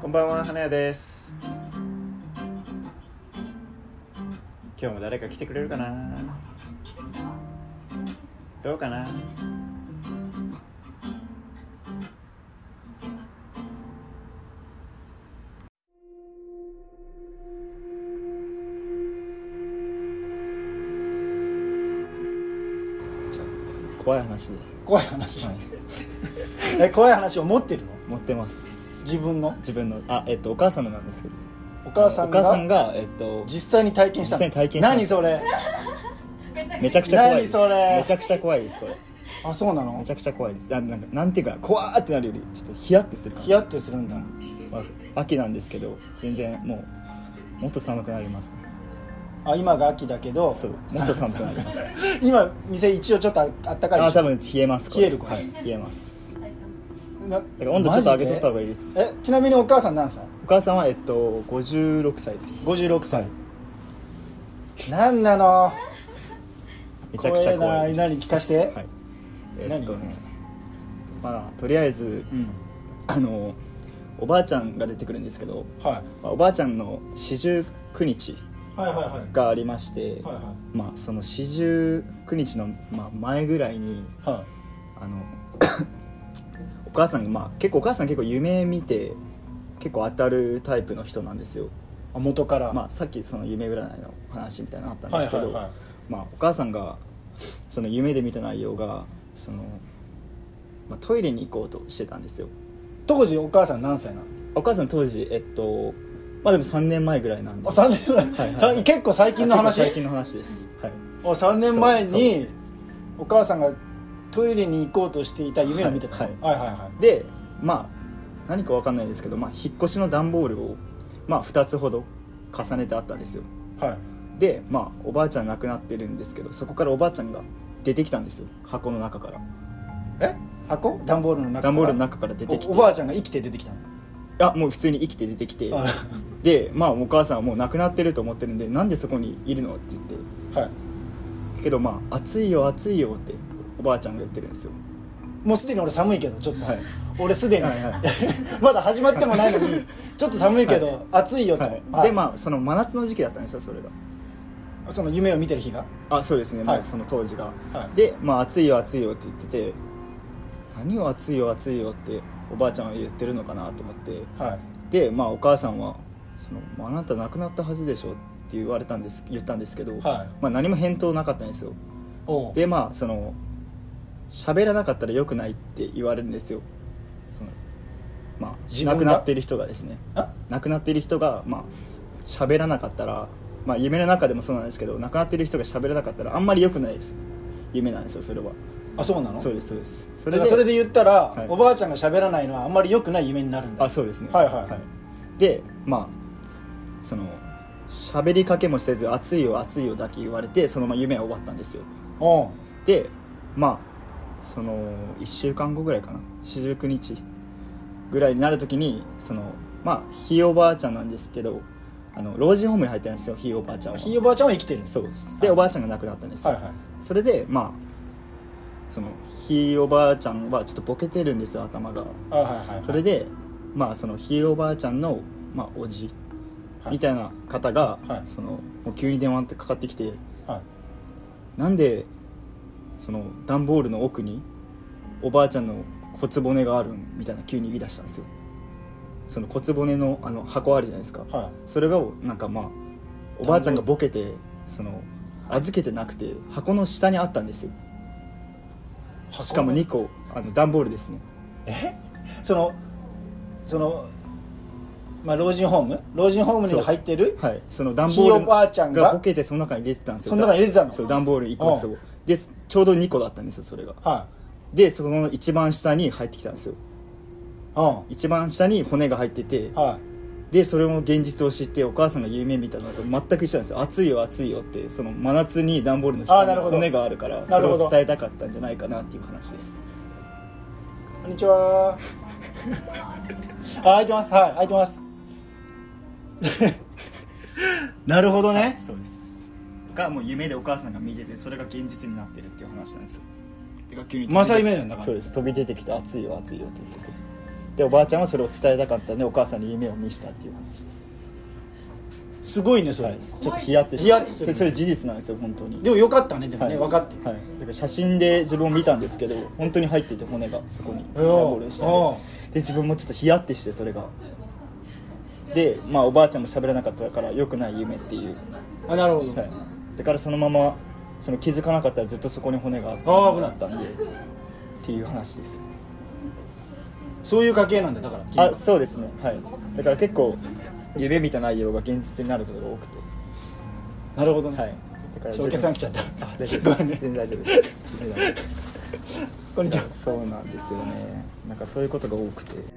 こんばんは、花屋です。今日も誰か来てくれるかな。どうかな。怖い話で、怖い話、はい、え怖い話を持ってるの持ってます自分の自分のあえっとお母さんのなんですけどお母さんがお母さんがえっと実際に体験したの実際に体験した何それめちゃくちゃ怖いです何それめちゃくちゃ怖いですこれあそうなのめちゃくちゃ怖いですあなんかなんていうか怖ーってなるよりちょっとヒヤッてする感ヒじ、ヤッてするんだまあ、秋なんですけど全然もうもっと寒くなります、ね、あ今が秋だけどそうもっと寒くなります 今店一応ちょっとああったかいあでし多ょ分冷えますこ冷えるこれはい冷えますなだから温度ちょっと上げとった方マがいいですジでえちなみにお母さん何歳お母さんはえっと56歳です56歳何なのめちゃくちゃ怖いです怖えな何聞かしてはい、え何っとねまあとりあえずうんあのおばあちゃんが出てくるんですけど、はまあおばあちゃんの四十九日いはいはいはいがありまして、はいはまあその四十九日の、まあ、前ぐらいにいはあの お母さんが、まあ、結構お母さん結構夢見て結構当たるタイプの人なんですよ、いあ元からまあ、さっきその夢占いの話みたいなのあったんですけはど、いはいはいまあ、お母さんがその夢で見た内容がその、まあ、トイレに行こうとしてたんですよ当時お母さん何歳なのお母さん当時えっとまあでも3年前ぐらいなんであ3年前、はいはいさ結構最近の話あ結構最近の話ですはいお3年前にお母さんがトイレに行こうとしていた夢を見てた、はいはい、はいはいはいでまあ何かわかんないですけど、まあ、引っ越しの段ボールを、まあ、2つほど重ねてあったんですよはいでまあおばあちゃん亡くなってるんですけどそこからおばあちゃんが出てきたんですよ箱の中からえ箱段ボールの中から段ボールの中から出てきておおばあちゃんが生きて出てきたのいやもう普通に生きて出てきてあでまあお母さんはもう亡くなってると思ってるんでなんでそこにいるのって言ってはいけどまあ暑いよ暑いよっておばあちゃんが言ってるんですよもうすでに俺寒いけどちょっと、はい俺すでに、はいはい まだ始まってもないのにちょっと寒いけど、暑いよと、はい、でまあその真夏の時期だったんですよそれがあその夢を見てる日があそうですね、はいまあその当時が、はいでまあ暑いよ暑いよって言ってて何を暑いよ暑いよっておばあちゃんは言ってるのかなと思ってはいでまあお母さんはその「まああなた亡くなったはずでしょ」って言われたんです言ったんですけど、はいまあ、何も返答なかったんですよおうでまあその喋らなかったらよくないって言われるんですよそのまあ自分亡がくなっている人がですねあ亡くなっている人がまあ喋らなかったらまあ夢の中でもそうなんですけど亡くなっている人が喋らなかったらあんまり良くないです夢なんですよそれはあそうなのそうですそうですそだからそれで言ったら、はいおばあちゃんが喋らないのはあんまり良くない夢になるんだあそうですねはいはいでまあその喋りかけもせず「暑いよ暑いよ」だけ言われてそのまま夢は終わったんですよおうでまあその1週間後ぐらいかな49日ぐらいになるときにそのまあひいおばあちゃんなんですけどあの老人ホームに入ってるんですよひいおばあちゃんはひいおばあちゃんは生きてるんですそうですでおばあちゃんが亡くなったんですよ、はいはいそれでまあそのひいおばあちゃんはちょっとボケてるんですよ頭がはいはいはいそれでまあそのひいおばあちゃんの、まあ、おじはいみたいな方が、はいそのもう急に電話ってかかってきてはいなんでその段ボールの奥におばあちゃんの骨骨があるんみたいな急に言い出したんですよその骨骨のあの箱あるじゃないですか、はそれがなんかまあおばあちゃんがボケてその預けてなくて箱の下にあったんですよ箱しかも2個あの段ボールですね そのその、まあ、老人ホーム老人ホームに入ってるはいその段ボーひいルおばあちゃんがボケてその中に入れてたんですよその中に入れてたのそう段ボール1個ずつうをでちょうど2個だったんですよそれがはでそこの一番下に入ってきたんですよいうん一番下に骨が入っててはでそれも現実を知ってお母さんが夢見たのと全く一緒なんですよ暑いよ暑いよってその真夏に段ボールの下あーなにるほど骨があるからなそれるほどを伝えたかったんじゃないかなっていう話ですいこんにち はあ開いてますはい開いてますなるほどねそうですがもう夢でお母さんが見ててそれが現実になってるっていう話なんですよてか急にまさ夢なんだからそうです飛び出てきて暑いよ暑いよって言っててでおばあちゃんはそれを伝えたかったんでお母さんに夢を見したっていう話です、すごいねそれ、はい、ちょっとヒヤッてヒヤッてすそるれそれ事実なんですよ本当にでもよかったねでもね、はい分かってはい、だから写真で自分を見たんですけど本当に入ってて骨がそこにうんダボールしててうんで自分もちょっとヒヤッてしてそれがでまあおばあちゃんも喋らなかったから良くない夢っていう、あなるほど、はい、だからそのままその気づかなかったらずっとそこに骨があったあー危ないったんでっていう話ですそういう家系なんだだから君あそうですねはいだから結構夢見た内容が現実になることが多くてなるほどね、はいだからちょお自分客さん来ちゃったあ大 丈夫です全然大丈夫です全然大丈夫ですこんにちはそうなんですよねなんかそういうことが多くて